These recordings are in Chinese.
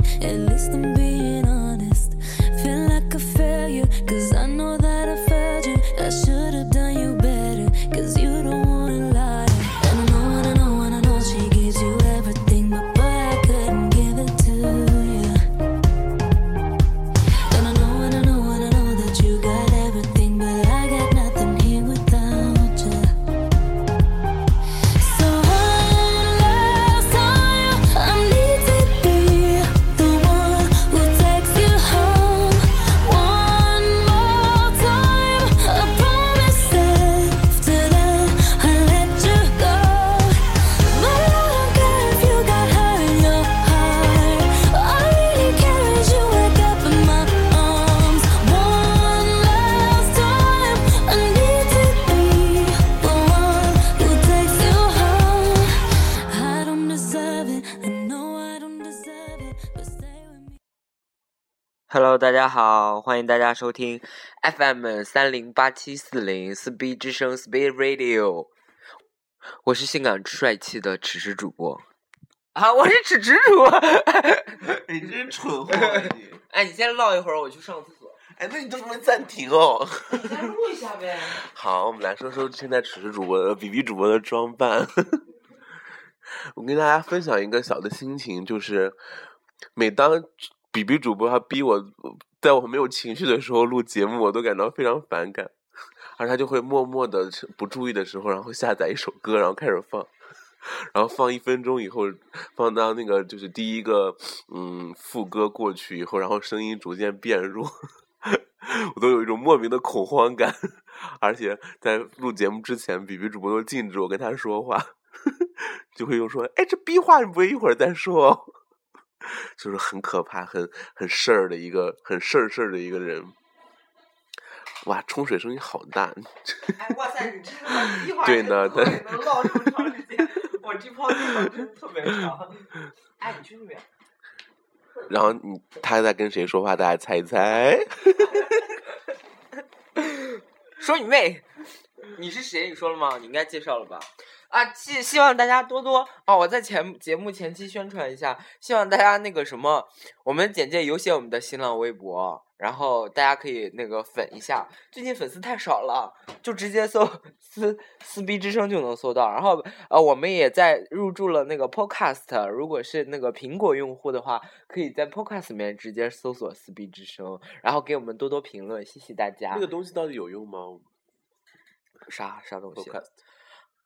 honest, I'm being honest. Feel like a failure, cause I know that I failed you. I should have done you better, cause you don't wanna lie. And I know, and I know, and I know she gives you everything, but boy, I couldn't give it to you. And I know, and I know, and I know that you got everything, but I got nothing here without you. So unless I need to be the one who takes you home one more time, I promise after that I let you go. My love, if you got her in your heart, I really care as you wake up in my arms one last time. I need to be the one who takes you home. I don't deserve it. I know I don't deserve it, but stay with me. Hello，大家好，欢迎大家收听 FM 三零八七四零四 B 之声 Speed Radio，我是性感帅气的此时主播啊，我是此时 主播。你哎真是蠢货！你哎，你先唠一会儿，我去上厕所。哎，那你就不能暂停哦。咱录一下呗。 好，我们来说说现在此时主播的 B B 主播的装扮。 我跟大家分享一个小的心情，就是每当 B B 主播他逼我呃在我没有情绪的时候录节目，我都感到非常反感。而他就会默默的不注意的时候，然后下载一首歌，然后开始放，然后放一分钟以后，放到那个就是第一个嗯副歌过去以后，然后声音逐渐变弱， 我都有一种莫名的恐慌感。而且在录节目之前，比比主播都禁止我跟他说话， 就会又说：“哎，这逼话你不会一会儿再说哦。” 就是很可怕、很很事儿的一个、很事儿事儿的一个人。哇，冲水声音好大！哎，哇塞，你这个一会儿对呢这个能唠这么长时间，我这泡地方真的特别长。 哎，你去那边，然后你他在跟谁说话？大家猜一猜。说你妹！你是谁？你说了吗？你应该介绍了吧？啊，希希望大家多多哦！我在前节目前期宣传一下，希望大家那个什么，我们简介有写我们的新浪微博，然后大家可以那个粉一下。最近粉丝太少了，就直接搜“撕撕逼之声”就能搜到。然后呃，我们也在入驻了那个 Podcast，如果是那个苹果用户的话，可以在 Podcast 里面直接搜索“撕逼之声”，然后给我们多多评论，谢谢大家。那个东西到底有用吗啥啥东西？Podcast。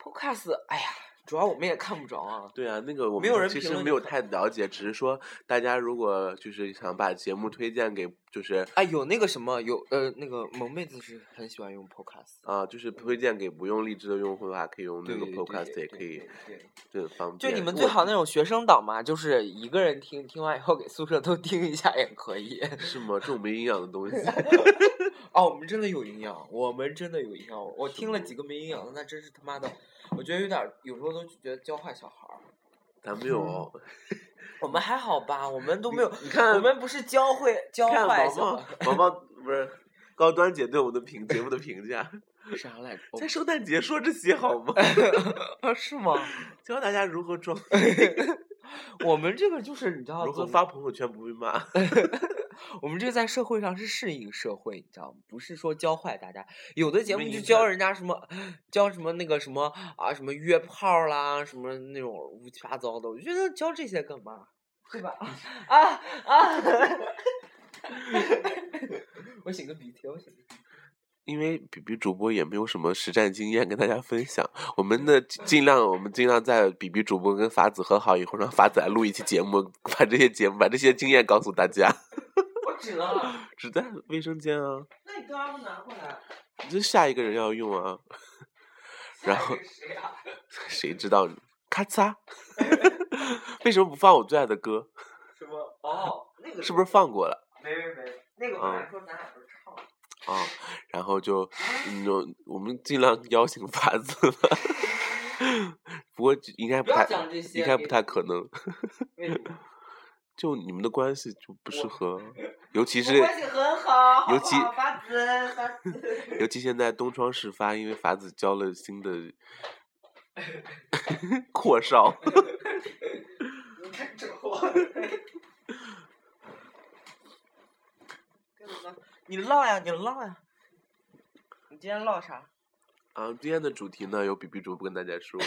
？Podcast，哎呀，主要我们也看不着啊。对啊，那个我没有们人其评实论没就有好太了解，只是说大家如果就是想把节目推荐给就是哎，有那个什么，有呃，那个萌妹子是很喜欢用 Podcast。啊、就是推荐给不用荔枝的用户的话，可以用那个嗯对 Podcast 也可以，，对对对这很方就便。你们如最果好那种学生党嘛，就是一个人听，听完以后给宿舍都听一下也可以。是吗？这种没营养的东西， 哦，我们真的有营养，我们真的有营养。我是听了吗几个没营养的，那真是他妈的，我觉得有点儿，有时候都觉得教坏小孩儿。咱没有。哦我们还好吧，我们都没有，你看，我们不是教会教你看坏毛小毛孩，毛毛不是高端姐对我们的评节目的 评价，儿啥来着？在圣诞节说这些 好吗？啊，是吗？教大家如 何装，我们这个就是你知道如何怎么发朋友圈不被骂。我们这个在社会上是适应社会，你知道吗？不是说教坏大家。有的节们目就影教响人家什么，教什么那个什么啊，什么约炮啦，什么那种乌七八糟的。我觉得教这些干嘛？对吧？ 啊啊！我擤个鼻涕，我擤个鼻涕。因为比比主播也没有什么实战经验跟大家分享，我们的尽量我们尽量在比比主播跟法子和好以后，让法子来录一期节目，把这些节目把这些经验告诉大家。 我指了。只在卫生间啊，那你干嘛不拿过来？这下一个人要用啊， 然后下一个谁啊？谁知道呢？咔嚓， 为什么不放我最爱 的歌？什么？哦，那个是不是放过了没没没，那个啊本来说咱俩不是唱的。啊、然后就，嗯，我们尽量邀请法子吧， 不过应该不不要太讲这，些应该给不太可能。为什么？就你们的关系就不适我合，尤其我是关系很好，好尤不其好法子法子。尤其现在东窗事发，因为法子交了新的 阔少， 你看着我。你唠呀，你唠呀。你今天唠啥？啊，今天的主题呢，由 B B 主播跟大家 说。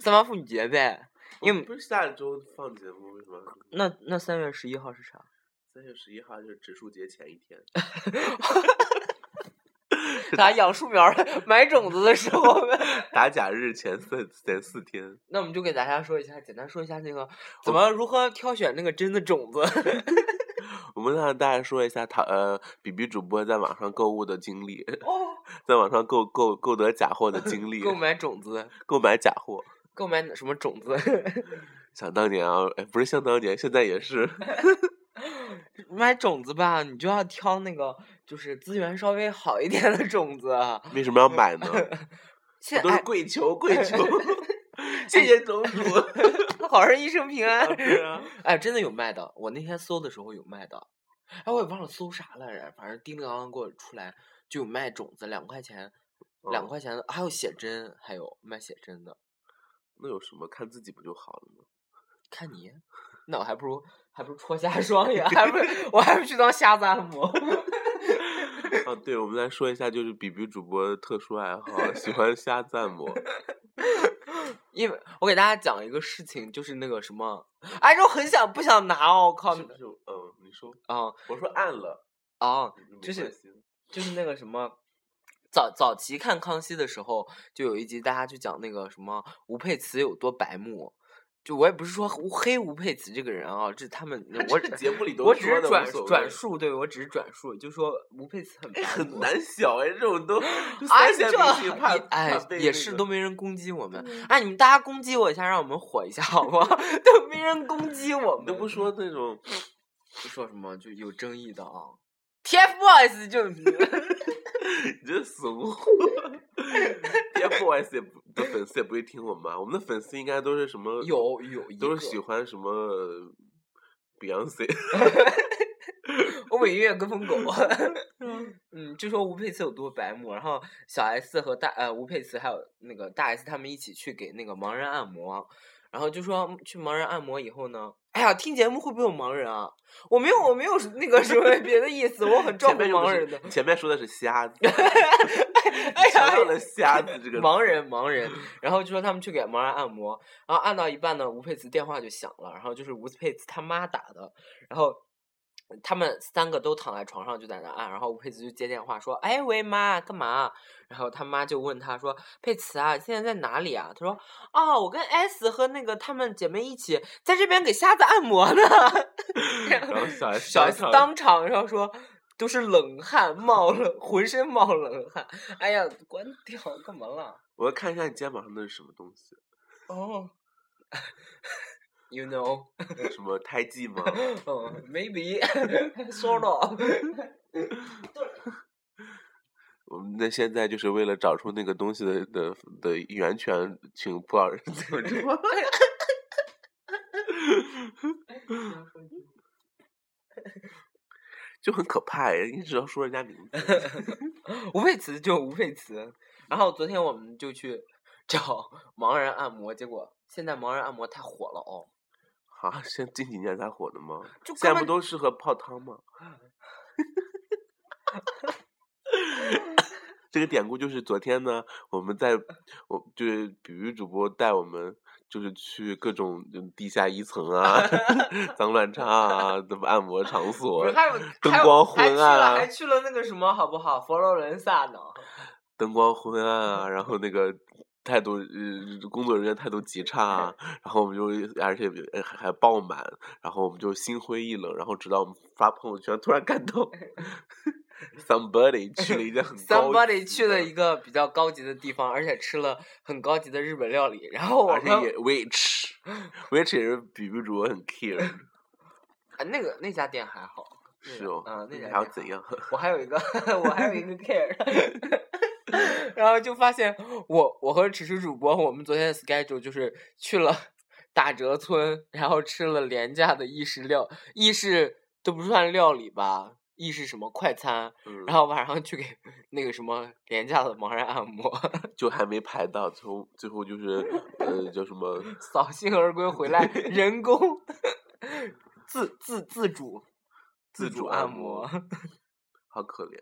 三八妇女节呗。因为不是下周放节目，为什么？那那三月十一号是啥？三月十一号就是植树节前一天。打养树苗儿、买种子的时候呗。 打假日前四前四天，那我们就给大家说一下，简单说一下那个怎么如何挑选那个真的种 子。我们让大家说一下他呃比比主播在网上购物的经历， 哦，在网上购购购得假货的经历，购买种子，购买假货。购买哪什么种子？想当年啊，哎，不是想当年，现在也是买种子吧，你就要挑那个就是资源稍微好一点的种子。为什么要买呢？ 现都是哎，跪求跪 求，谢谢种主。好人一生平 安。是啊 哎，真的有卖的，我那天搜的时候有卖的，哎，我也忘了搜啥来着，反正叮叮当当给我出来就有卖种子，两块钱，两嗯块钱的，还有写真，还有卖写真的。那有什么？看自己不就好了吗？看你，那我还不如还不如戳瞎双眼， 还不如我还不如去当瞎子按摩。 啊，对，我们来说一下，就是比比主播特殊爱好，喜欢 瞎赞摩。因为我给大家讲一个事情，就是那个什么，哎，这我很想不想拿哦，我靠，是不是？嗯，你说，啊我说按了，啊，没就关是系就是那个什么，早早期看《康熙》的时候，就有一集大家就讲那个什么吴佩慈有多白目。就我也不是说吴黑吴佩慈这个人啊，这他们我这是节目里都我只说是的无转所谓哎转述，对我只是转述，就说吴佩慈很白目很难小哎，这 种都就哎， 这三线明星怕也哎怕被也那是个都没人攻击我们，哎，你们大家攻击我一下，让我们火一下好不好？ 都没人攻击我们，你都不说 那种不说什么就有争议的啊。TFBOYS 就 你这怂 货，TFBOYS 也不的粉丝也不会听我们啊，我们的粉丝应该都是什么有有一都个，是喜欢什么 Beyonce，欧美音乐跟风 狗， 嗯，就说吴佩慈有多白目，然后小 S 和大呃吴佩慈还有那个大 S 他们一起去给那个盲人按摩，然后就说嗯去盲人按摩以后呢，哎呀，听节目会不会有盲人啊？我没有我没有那个什么别的意思，我很照前顾面用盲的 人的。是前面说的是瞎 子，哎呀强调了瞎子这个盲人，盲 人，然后就说他们去给盲人按摩，然后按到一半呢，吴佩慈电话就响了，然后就是吴佩慈他妈打的，然后他们三个都躺在床上就在那按，然后吴佩慈就接电话说：“哎喂妈，干嘛？”然后他妈就问他说：“佩慈啊，现在在哪里啊？”他说：“哦，我跟 S 和那个她们姐妹一起在这边给瞎子按摩呢。” 然然后小 S 小当 S 场当场然后说。都是冷汗冒了，浑身冒冷汗。哎呀，关掉干嘛啦？我要看一下你肩膀上那是什么东西， 哦、y o u know， 什么胎记吗？嗯，maybe，说了， 我们那现在就是为了找出那个东西的的的源泉，请普洱人 做直播。就很可怕哎，你只要说人家名字， 吴佩慈就吴佩慈。然后昨天我们就去找 盲人按摩，结果现在盲人按摩太火了哦，啊，现在近几年才火的吗？就根现在不本都适合泡汤吗？ 这个典故就是昨天呢，我们在我就是比喻主播带我们就是去各种就地下一层啊、 脏乱差啊、什么按摩场不所是、还有灯还有光还去昏了暗还啊、去了那个什么好不好？佛罗伦萨呢？灯光昏暗啊，然后那个态度呃工作人员态度极差啊，然后我们就而且呃还还爆满，然后我们就心灰意冷，然后直到我们发朋友圈，突然看 到 somebody 去了一家很高 somebody 级去了的一个比较高级的地方，而且吃了很高级的日本料理，然后我 而且们也 which which 也是比比主播很 care，啊那个那家店还好，那是个哦，嗯，那家还要店怎好样？我还有一个， 我还有一个 care，然后就发现我我和只是主播，我们昨天的 schedule 就是去了 打折村，然后吃了廉价的意式料，意式都不算料理吧，意式什么快餐，嗯然后晚上去给那个什么廉价的盲人按摩，就还没排到，最后最后就是呃叫什 么？扫兴而归回 来人工自自自主自主主按按摩摩，好可怜。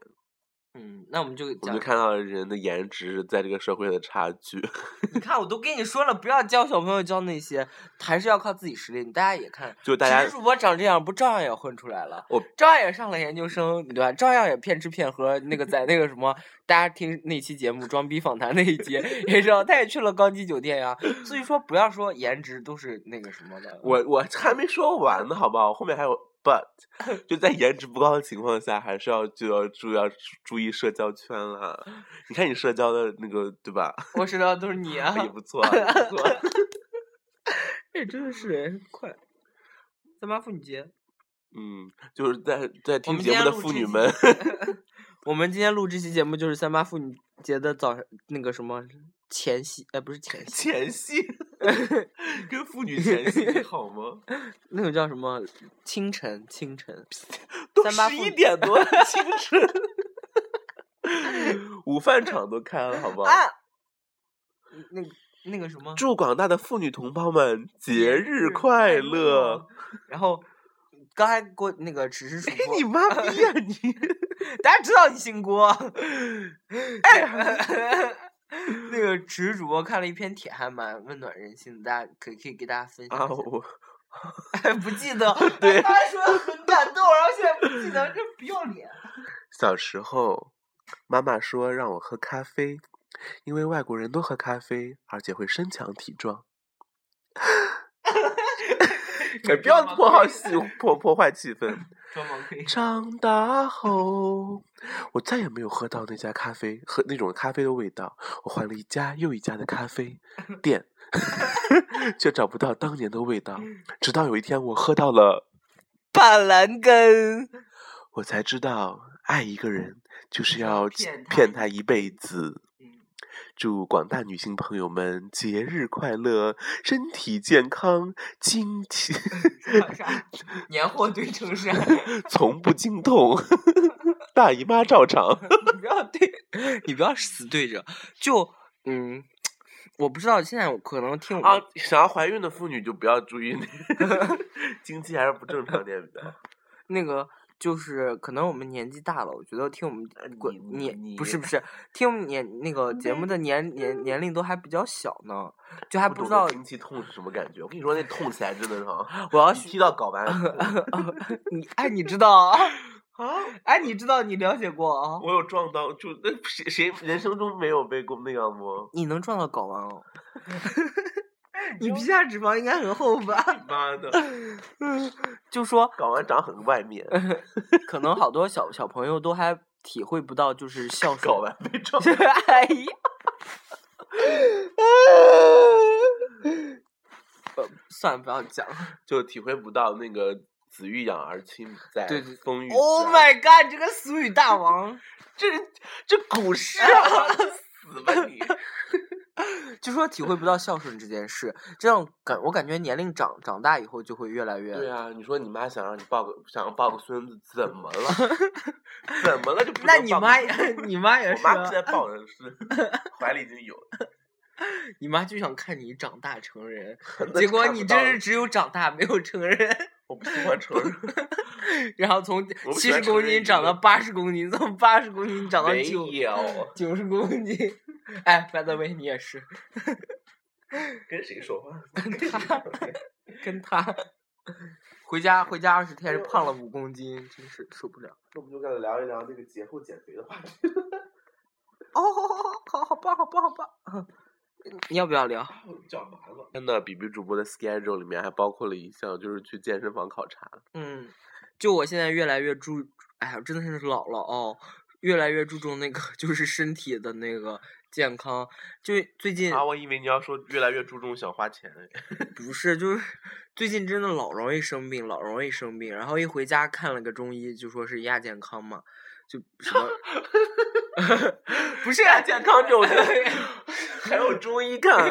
嗯，那我们就我讲，们就看到了人的颜值在这个社会的差距。 你看，我都跟你说了，不要教小朋友教那些，还是要靠自己实力。你大家也看，就大家其实主播长这样，不照样也混出来了？我照样也上了研究生，对吧？照样也骗吃骗喝。那个在那个什么，大家听那期节目装逼访谈那一节也知道，他也去了高级酒店呀。所以说，不要说颜值都是那个什么的。我我还没说完呢，好不好？后面还有 but，就在颜值不高的情况下，还是要就要注要注意社交圈啦。你看你社交的那个对吧？我知道都是你啊，也不错，也 不错。啊这真的是快。三八妇女节，嗯，就是在在我听们节今天目的录妇这女期们， 我们今天录这期节目就是三八妇女节的早上，那个什么前夕，哎，不是前夕， 前 戏跟妇女前戏你好吗？那个叫什么清晨，清晨，都三八妇十一女点 多了，清晨，午饭场都开了，好不好？啊那个那个什么，祝广大的妇女同胞们节日日快快乐乐！ 然后刚才郭那个只 是主播，你妈逼呀、你！大家知道你姓 郭，那个只是主播看了一篇帖，还蛮温暖人心的，大家可以可以给大家分享啊，一下。我 不记得，对刚才说的很感动，然后现在不记得，这不要脸。小时候，妈妈说让我喝咖啡，因为外国人都喝咖啡，而且会身强体壮。哎，不要破好气，破破坏气氛。装毛 可以。长大后，我再也没有喝到那家咖啡喝那种咖啡的味道。我换了一家又一家的咖啡店， 却找不到当年的味道。直到有一天，我喝到了，板蓝根，我才知道，爱一个人就是要骗他骗他一辈子。嗯，祝广大女性朋友们节日快乐，身体健康，经济啥？年货堆成山， 从不经痛。 大姨妈照常。 你不要对，你不要死对着，就嗯，我不知道现在我可能听我 啊，想要怀孕的妇女就不要注意那个 经期还是不正常点比较好。那个就是可能我们年纪大了，我觉得听我们滚你年你不是不是听我们年那个节目的年年年龄都还比较小呢，就还还不知道经期痛是什么感觉。我跟你说，那痛起来真的是啊，我要你学踢到睾丸 你哎你知道 啊啊！哎你知道你了解过啊，我有撞到，就那谁谁人生中没有被过那样 吗？你能撞到睾丸哦， 你皮下脂肪应该很厚吧？妈的， 就说睾丸长很外面，可能好多小小朋友都还体会不到 就是孝顺。睾丸被撞 哎呀！呃，算了，不要讲。就体会不到那个子欲养而亲不在，对对风雨之 Oh 而 my god！这个俗语大王，这这古诗啊，去死吧 你！就说体会不到孝顺这件事，这样感我感觉年龄长长大以后就会越来越对啊，你说你妈想让你抱个想抱个孙子，怎么 了？怎么了就不那能你抱个妈孙子，也，你妈也我是妈不啊，在 抱人是怀里已经有了，你妈就想看你长大成人，那结就果看你不真到是了只有长大没有成人，我不喜欢成人，然后从不喜七欢十成公人斤娱长乐到八十公斤，从八十公 斤长到没九 有九十公斤。哎，by the way，你也是跟谁说话？跟他 回家回家二十天是胖了五公斤，真是受不了。 那我们就跟他聊一聊那个节后减肥的话题。 哦，好好棒，好棒，好棒！ 你嗯要不要聊？讲完了。真的，比比主播的 schedule 里面还包括了一项，就是去健身房考察。嗯，就我现在越来越注，哎呀，真的是老了哦，越来越注重那个 就是身体的那个健康。就最近啊，我以为你要说越来越注重想花钱。不是，就是最近真的老容易生病，老容易生病。然后一回家看了个中医，就说是亚健康嘛，就什么不是亚健康这种还有中 医看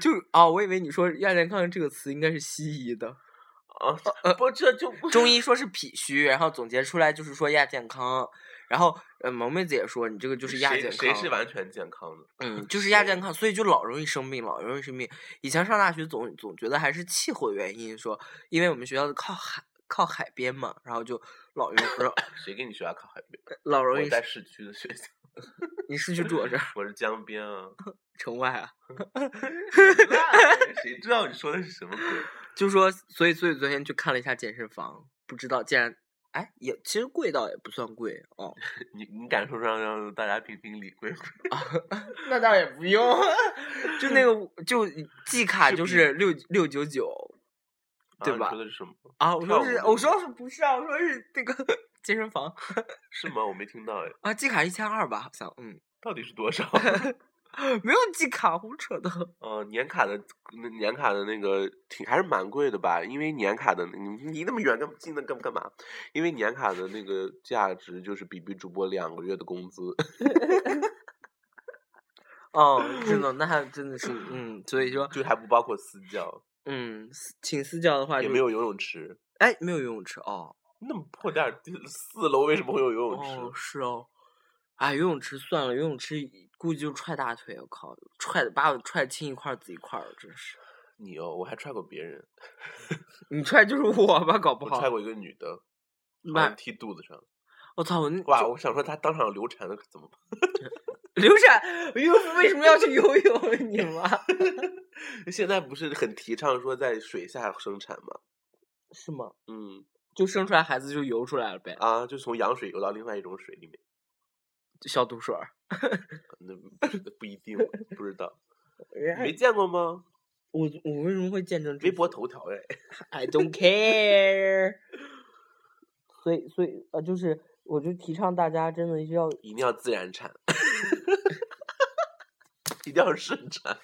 就啊、我以为你说亚健康这个词应该是西医的，啊？不，这就不中医说是脾虚，然后总结出来就是说亚健康。然后，呃，萌妹子也说你这个就是亚谁健康，谁是完全健康的？嗯，就是亚谁健康，所以就老容易生病，老容易生病。以前上大学总总觉得还是气候原因，说因为我们学校靠海靠海边嘛，然后就老容 老谁给你学校啊靠海边？老容易 我在市区的学校，你是去住我这儿我是江 边啊。城外啊？谁知道你说的是什么鬼？就说，所以所以昨天去看了一下健身房，不知道竟然哎也其实贵倒也不算贵哦，你你敢说让让大家评评理会不会？ 那倒也不用， 就那个就季卡是就比是六六九九对啊你吧说的是什么？啊，我说跳舞是的我说是不是啊？我说是那个 健身房是吗？我没听到哎，啊，季卡一千二吧，好像嗯，到底是 多少？没有季卡，胡扯的。呃，年卡的那年卡的那个挺还是蛮贵的吧？因为年卡的你离那么远干近的干干嘛？因为年卡的那个价值就是比比主播两个月的工资。 哦，真的，那还真的是，嗯，所以说，就还不包括私教，嗯，私请私教的话也啊就没，有游泳池。哎，没有游泳池哦，那么破店儿，四楼为什么会有游泳池？哦，是哦，哎，游泳池算了，游泳池估计就踹大腿，我靠，踹的把我踹青一块儿紫一块儿，真是，你哦，我还踹过别人，你踹就是我吧，搞不我好踹，过一个女的，把妈人，踢肚子上。我操，我那哇，哦我想说她当场流产了，可怎么办？ 流产，孕妇为什么要去游泳？你 妈现在不是很提倡说在水下生产吗？是吗？嗯，就生出来孩子就游出来了呗，啊，就从羊水游到另外一种水里面，就消毒水儿，那不是不一定，不知道，没见过吗？哎我我为什么会见证这微些博头条哎， I don't care 。 所以，所以呃，就是我就提倡大家真的要一定要自然产， 一定要顺产。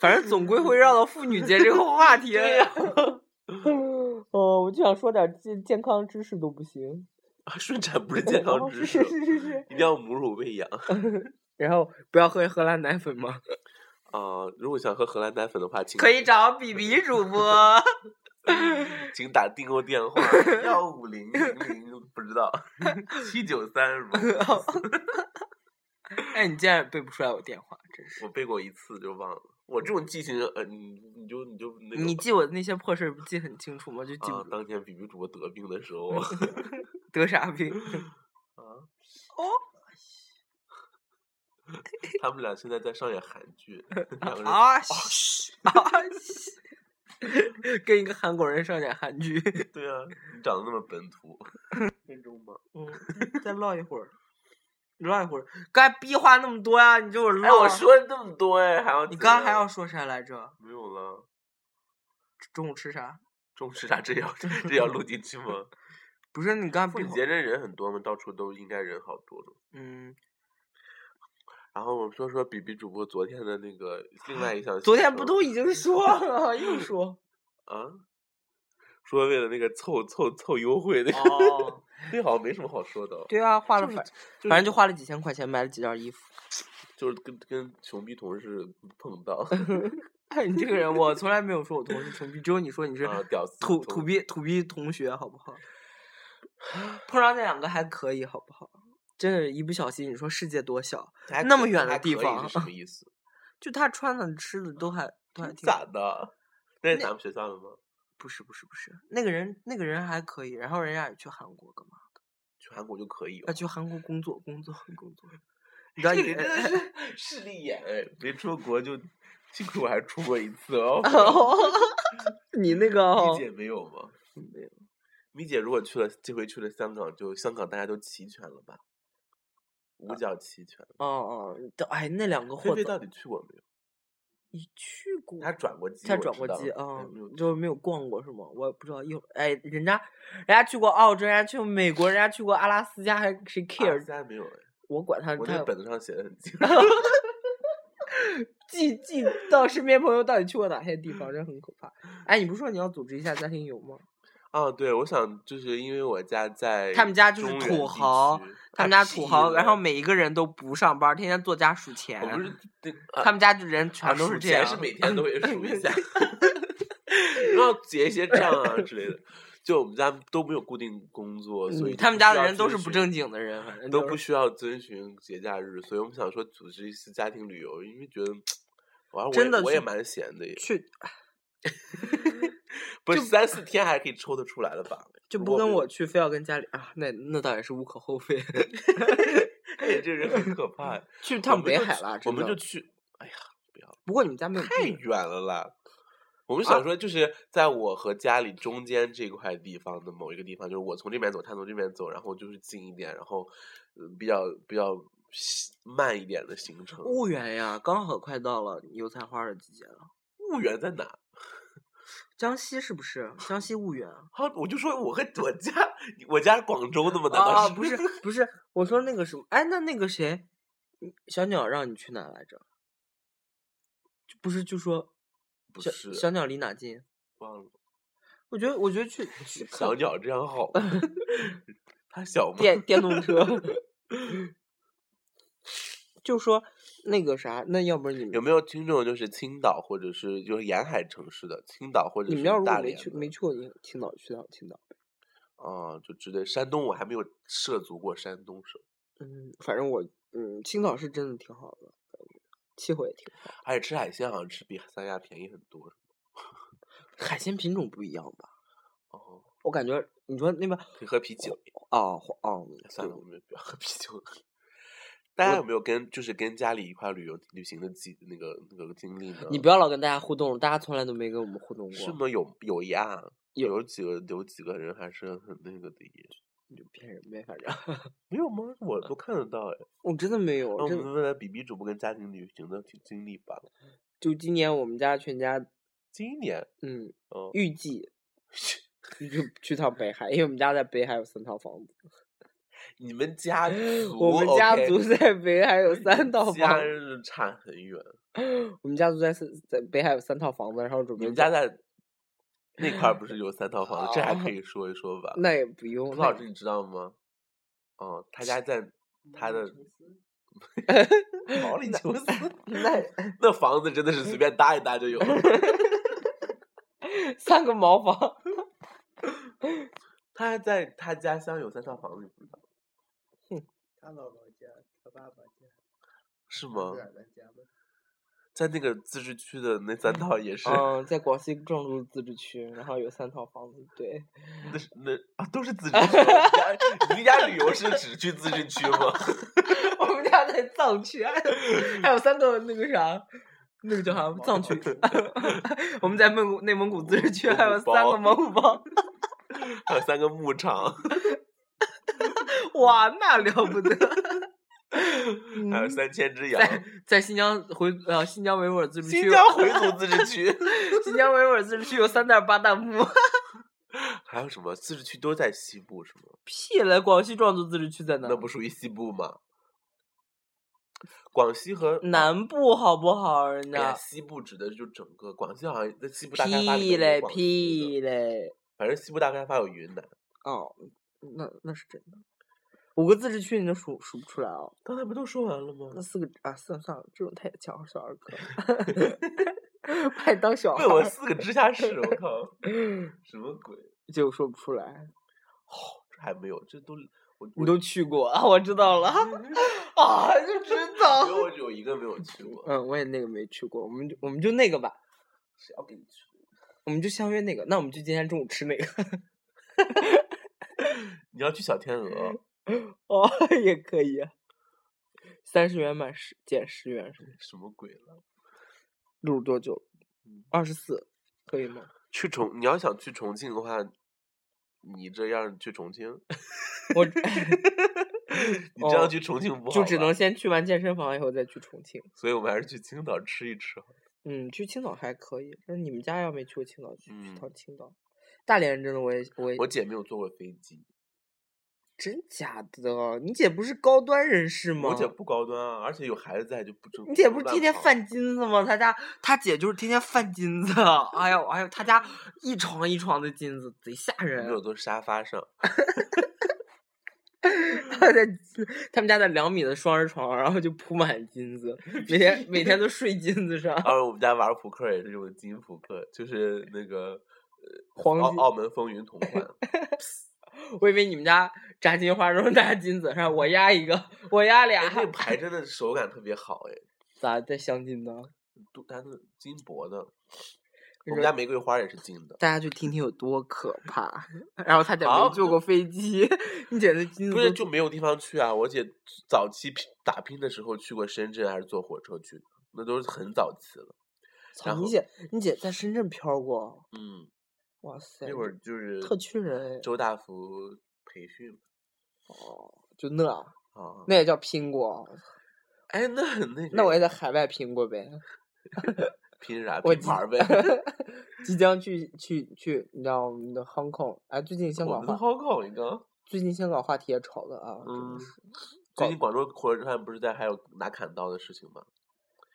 反正总归会绕到妇女节这个话题对 呀哦，啊我就想说点健健康知识都不行。啊，顺产不是健康知 识，是是是是。一定要母乳喂养。然后不要喝荷兰奶粉吗？啊、如果想喝荷兰奶粉的话，请可以找比比主播。请打订购电话幺五零零零，不知道七九三如何 哎，你竟然背不出来我电话，真是。我背过一次就忘了。我这种记性，呃，你你就你就那个你记我的那些破事儿不记很清楚吗？就记不啊，住、当年比比主播得病的时候 得啥病。 啊，哦，他们俩现在在上演韩 剧，两个人啊西 啊西，跟一个韩国人上演韩剧。 对啊，你长得那么本土，哦分钟吧。 嗯，再唠一会儿，唠一会儿。刚才逼话那么多呀、你这会儿哎，唠我啊。说了那么多哎，还要你怎刚才还样要说啥来着？没有了。中午吃啥？中式啥？这也要这也要录进 去吗？不是你刚才妇逼女话节这人很多嘛，到处都应该人好多呢。嗯，然后我们说说比比主播昨天的那个另外一项行程，昨天不都已经说了，又说啊？说为了那个凑凑凑优惠那个，哦，那好像没什么好说的哦。 对啊，花了就反是是反正就花了几千块钱买了几件衣服。就是跟跟穷逼同事碰 到哎， 你这个人，我从来没有说我同事穷逼，只有你说你是啊，屌丝土同土逼土逼同学，好不好？ 碰上那两个还可以，好不好？真的，一不小心，你说世界多小，还那可么远的还地可以方是什么意思？就他穿的吃的都还都还挺咋的？那是那咱们学校的吗？不是不是不是，那个人那个人还可以，然后人家也去韩国干嘛？去韩国就可以哦要。去韩国工作工作工 作， 你知道这也人真的 是势利眼哎！没出国就，幸亏我还出过一次哦。啊你那个米哦嗯姐没有吗？没有，米姐如果去了，这回去了香港，就香港大家都齐全了吧？五角齐全。哦哦，都哎那两个菲货菲到早底去过没有？你去过？她转过机，他我转知过道机但啊没有，就是没有逛过是吗？我也不知道一会儿，哎，人家人家去过澳洲，人家去过美国，人家去过阿拉斯加，还谁阿拉斯 care？加没有哎，我管他，我那他个本子上写的很清。 记记到身边朋友到底去过哪些地方，这很可 怕。哎，你不是说你要组织一下家庭游吗？啊，对，我想就是因为我家在他们家就是中原土地豪区，他们啊家土屁豪，然嘞后每一个人都不上班，天天坐家数钱。我不是对啊他们家就人啊全都数是这钱样。是 每天都会数一下，然后结一些账啊之类的。就我们家都没有固定工作，所以嗯就他们不家需的要人都是不遵循正，经的人，反正都就不是需要遵循节假日，所以我们想说组织一次家庭旅游，因为觉得，完了我真也的我也去蛮闲的也，去。不是三四天还可以抽得出来了吧？ 就如不果跟比如我去，非要跟家里啊，那那倒也是无可厚非。哎，这人很可怕。去我趟们嗯北就海去啦，我真们的就去。哎呀，不要不过你们家没有太地远了啦。我们啊想说，就是在我和家里中间这块地方的某一个地方，就是我从这边走，他从这边走，然后就是近一点，然后呃比较比较西慢一点的行程。婺源呀，刚好快到了油菜花的季节了。婺源在哪？江西是不是？江西婺源啊，我就说我和我家，我家是广州的吗？难啊，道不是不是，我说那个什么，哎，那那个谁，嗯小鸟让你去哪来着？就不是就说不小是小鸟离哪近？忘了。我觉得我觉得去去看 小鸟这样好吗？ 它小吗？电电动车， 就说那个啥，那要不然你们有没有听众就是青岛或者是就是沿海城市的青岛或者你是们要如大果没连去的没去过，你青岛去趟青岛。啊，就之类。山东我还没有涉足过山东省，嗯，反正我嗯，青岛是真的挺好的，感觉气候也挺好。而且吃海鲜好像吃比三亚便宜很多。海鲜品种不一样吧？哦，我感觉你说那边可以喝啤酒。哦黄哦，算对了，我们不要喝啤酒。大家有没有跟就是跟家里一块旅游旅行的记那个那个经历呢？你不要老跟大家互动，大家从来都没跟我们互动过。是？吗？有有呀，有有几个有几个人还是很那个的耶。你就骗人呗，反正没有吗？我都看得到 哎。呃我真的没有那，我真们的问问比比主播跟家庭旅行的经经历吧。就今年我们家全家今年，嗯，嗯，预计去去去趟北海，因为我们家在北海有三套房子，你们家族， 我们家 OK 族在北海有 三套家房，是差很远。我们家族在三在北海有三套房子，然后准备你们在家在那块儿不是有三套房子？这还哦可以说一说吧。那也不用，彭那老师，你知道吗？哦，他家在他的 毛里求斯，那那房子真的是随便搭一搭就有了。 三个茅房，他还在他家乡有三套房子，你不知道他姥姥家，他爸爸家，是他吗自？个儿的家吗？在那个自治区的那三套也是，哦嗯，在广西壮族自治区，然后有三套房子，对，那是那啊都是自治区。你们家你们家旅游是只去自治区 吗？我们家在藏区，还 有还有三个那个啥，那个叫啥藏区，我们在蒙古内蒙古自治区，还有三个蒙古 包，还有三个牧场，哇，那了不 得！嗯还有三千只羊，在在新疆回呃新疆维吾尔自治区，新疆回族自治区。 新疆维吾尔自治区有三袋巴旦木， 还有什么？自治区都在西部是吗？屁嘞！广西壮族自治区在哪？那不属于西部吗？广西和南部好不好？人哎呀，家西部指的就整个广西，好像在西部大开发里屁面有嘞广西屁的，嘞！反正西部大开发有云南，哦，那那是真的。五个自治区你都数数不出来哦，刚才不都说完了吗 那？四个啊，算了算了，这种太小小儿科了， 把你当小孩被我儿四个直辖市，我靠， 什么鬼？就说不出来。这还没有，这都我你我都去过啊？我知道了 啊，就知道因。为我只有一个没有去 过，嗯，我也那个没去过，我们就我们就那个吧，谁要跟你去？我们就相约那个。那我们就今天中午吃那个 你要去小天 鹅，哦，也可以、啊。三十元买十减十元是吗？什么鬼了？录了多久？二十四，可以吗？去重，你要想去重庆的话，你这样去重庆， 我 你这样哦去重庆不好吧、就只能先去完健身房以后再去重庆。所以我们还是去青岛吃一吃好了。嗯，去青岛还可以。那你们家要没去过青岛，去去嗯趟青岛。大连真的我也我也我姐没有坐过飞机，真假的？你姐不是高端人士吗？我姐不高端啊，而且有孩子在就不正。你姐不是乱天天跑犯金子吗？她家她姐就是天天犯金子，哎呦哎呦，她家一床一床的金子，贼吓没有人。坐沙发上， 她在他们家在两米的双人床，然后就铺满金子，每天每天都睡金子上。而我们家玩扑克也是用金扑克，就是那个呃黄澳金澳门风云 同款，我以为你们家炸金花都是拿金子，上我压一个，我压俩哎，，那牌真的手感特别好哎，咋在镶金呢？都它是金箔的，我们家玫瑰花也是金的。大家就听听有多可怕。 然后他姐好没坐过飞机， 你简直金子不嗯是都就没有地方去啊！我姐早期拼打拼的时候去过深圳，还是坐火车去的，那都是很早期了。操然后你姐，你姐在深圳漂过，嗯，哇塞，那会儿就是特区人哎周大福培训就那啊，那也叫拼过，哎，那很那个那我也呀在海外拼过呗。拼啥我拼即盘儿呗。 即将去去去，你知道我们的 Hong Kong，哎，最近香我港们的话，好搞一个，最近香港话题也吵了啊，嗯，搞最近广州火车站不是在还有拿砍刀的事情吗？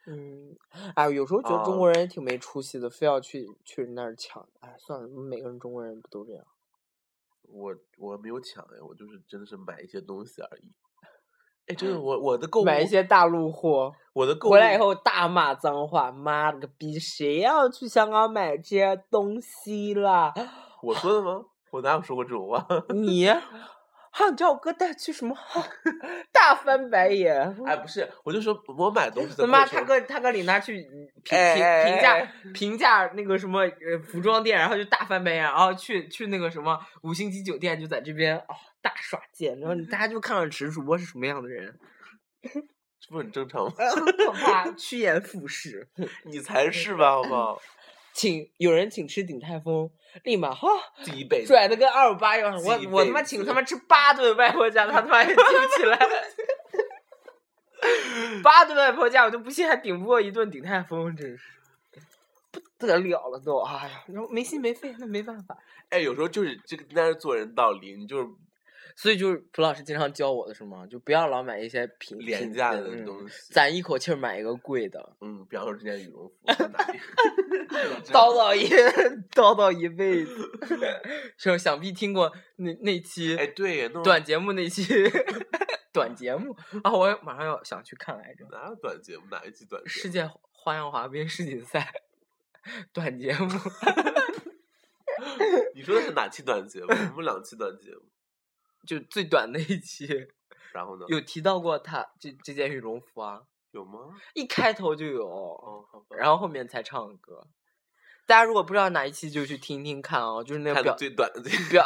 嗯，哎，有时候觉得中啊国人也挺没出息的，非要去去人那儿抢，哎，算了，我们每个人中国人不都这样？我我没有抢哎，我就是真的是买一些东西而已。哎，真的，我我的购物，买一些大陆货，我的购物回来以后大骂脏话，妈了个逼，谁要去香港买这些东西啦？我说的吗？我哪有说过这种话？你， 哈，你叫我哥带去什么？哈 大翻白眼。哎，不是，我就说我买 东西的他妈，过他程哥他哥领他去评哎评哎评哎价评价那个什么呃服装店，然后就大翻白眼，然后去去那个什么五星级酒店，就在这边哦大耍贱，然后大家就看看池主播是什么样的人，这不很正常吗？ 可怕，趋炎附势。你才嗯是吧，好不好？请有人请吃鼎泰丰，立马哈、第一辈子，拽的跟二五八一样，我记一我他妈辈子请他妈吃八顿外婆家，他他妈也记不起来。 八顿外婆家，我都不信还顶不过一顿鼎泰丰，真是不得了了都！哎呀，然后没心没肺，那没办法。哎，有时候就是这个，那是做人道理，你就是所以就是蒲老师经常教我的是吗？就不要老买一些平廉价的嗯东西。咱一口气儿买一个贵 的，嗯，比方说这件羽绒 服在哪里，叨叨一 叨叨一辈子。 是想必听过那那期哎，对耶，那短节目那期短节目啊，我马上要想去看来着。哪有短节目？哪一期短节世目？界花样滑冰世锦赛 短节目，你说的是哪期短节目？我们两期短节目，就最短的一期然后呢？有提到过他这这件羽绒服啊，有吗？一开头就有，哦，好吧。然后后面才唱歌。大家如果不知道哪一期，就去听听看啊、就是那个看的表最短的，表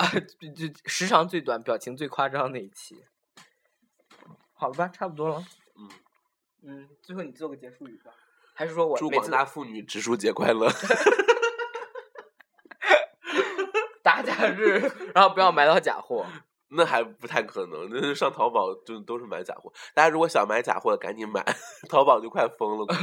就就时长最短、表情最夸张那一期。好了吧，差不多了。嗯，嗯，最后你做个结束语吧，还是说我祝每广次大妇女植树节快乐！打假日，然后不要买到假货。那还不太可能，那上淘宝就都是买假货。大家如果想买假货，赶紧买，淘宝就快疯了。估计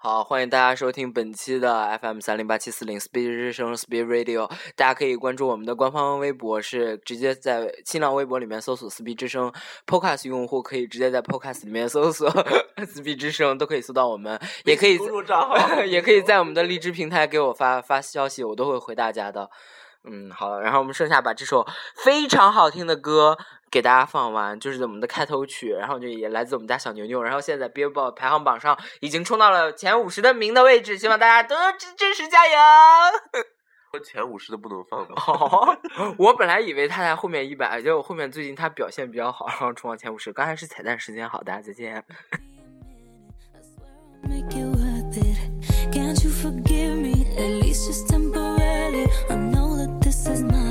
好，欢迎大家收听本期的 FM 三零八七四零 Speed 日升 Speed Radio，大家可以关注我们的官方微博，是直接在新浪微博里面搜索 Speed 之声，Podcast 用户可以直接在 Podcast 里面搜索 Speed 之声，都可以搜到我们，也可以公众账号 也可以在我们的荔枝平台给我发发消息，我都会回大家的。嗯，好，然后我们剩下把这首非常好听的歌给大家放完，就是我们的开头曲，然后就也来自我们家小牛牛，然后现在在 Billboard 排行榜上已经冲到了前五十的名的位置，希望大家多多支支持加油。说前五十的不能放吧？哦， 我本来以为他在后面一百，结果后面最近他表现比较好，然后冲到前五十。刚才是彩蛋时间，好，大家再见。 I swear I'll make it worth it. Can't you forgive me? At least just temporarily. I know that this is my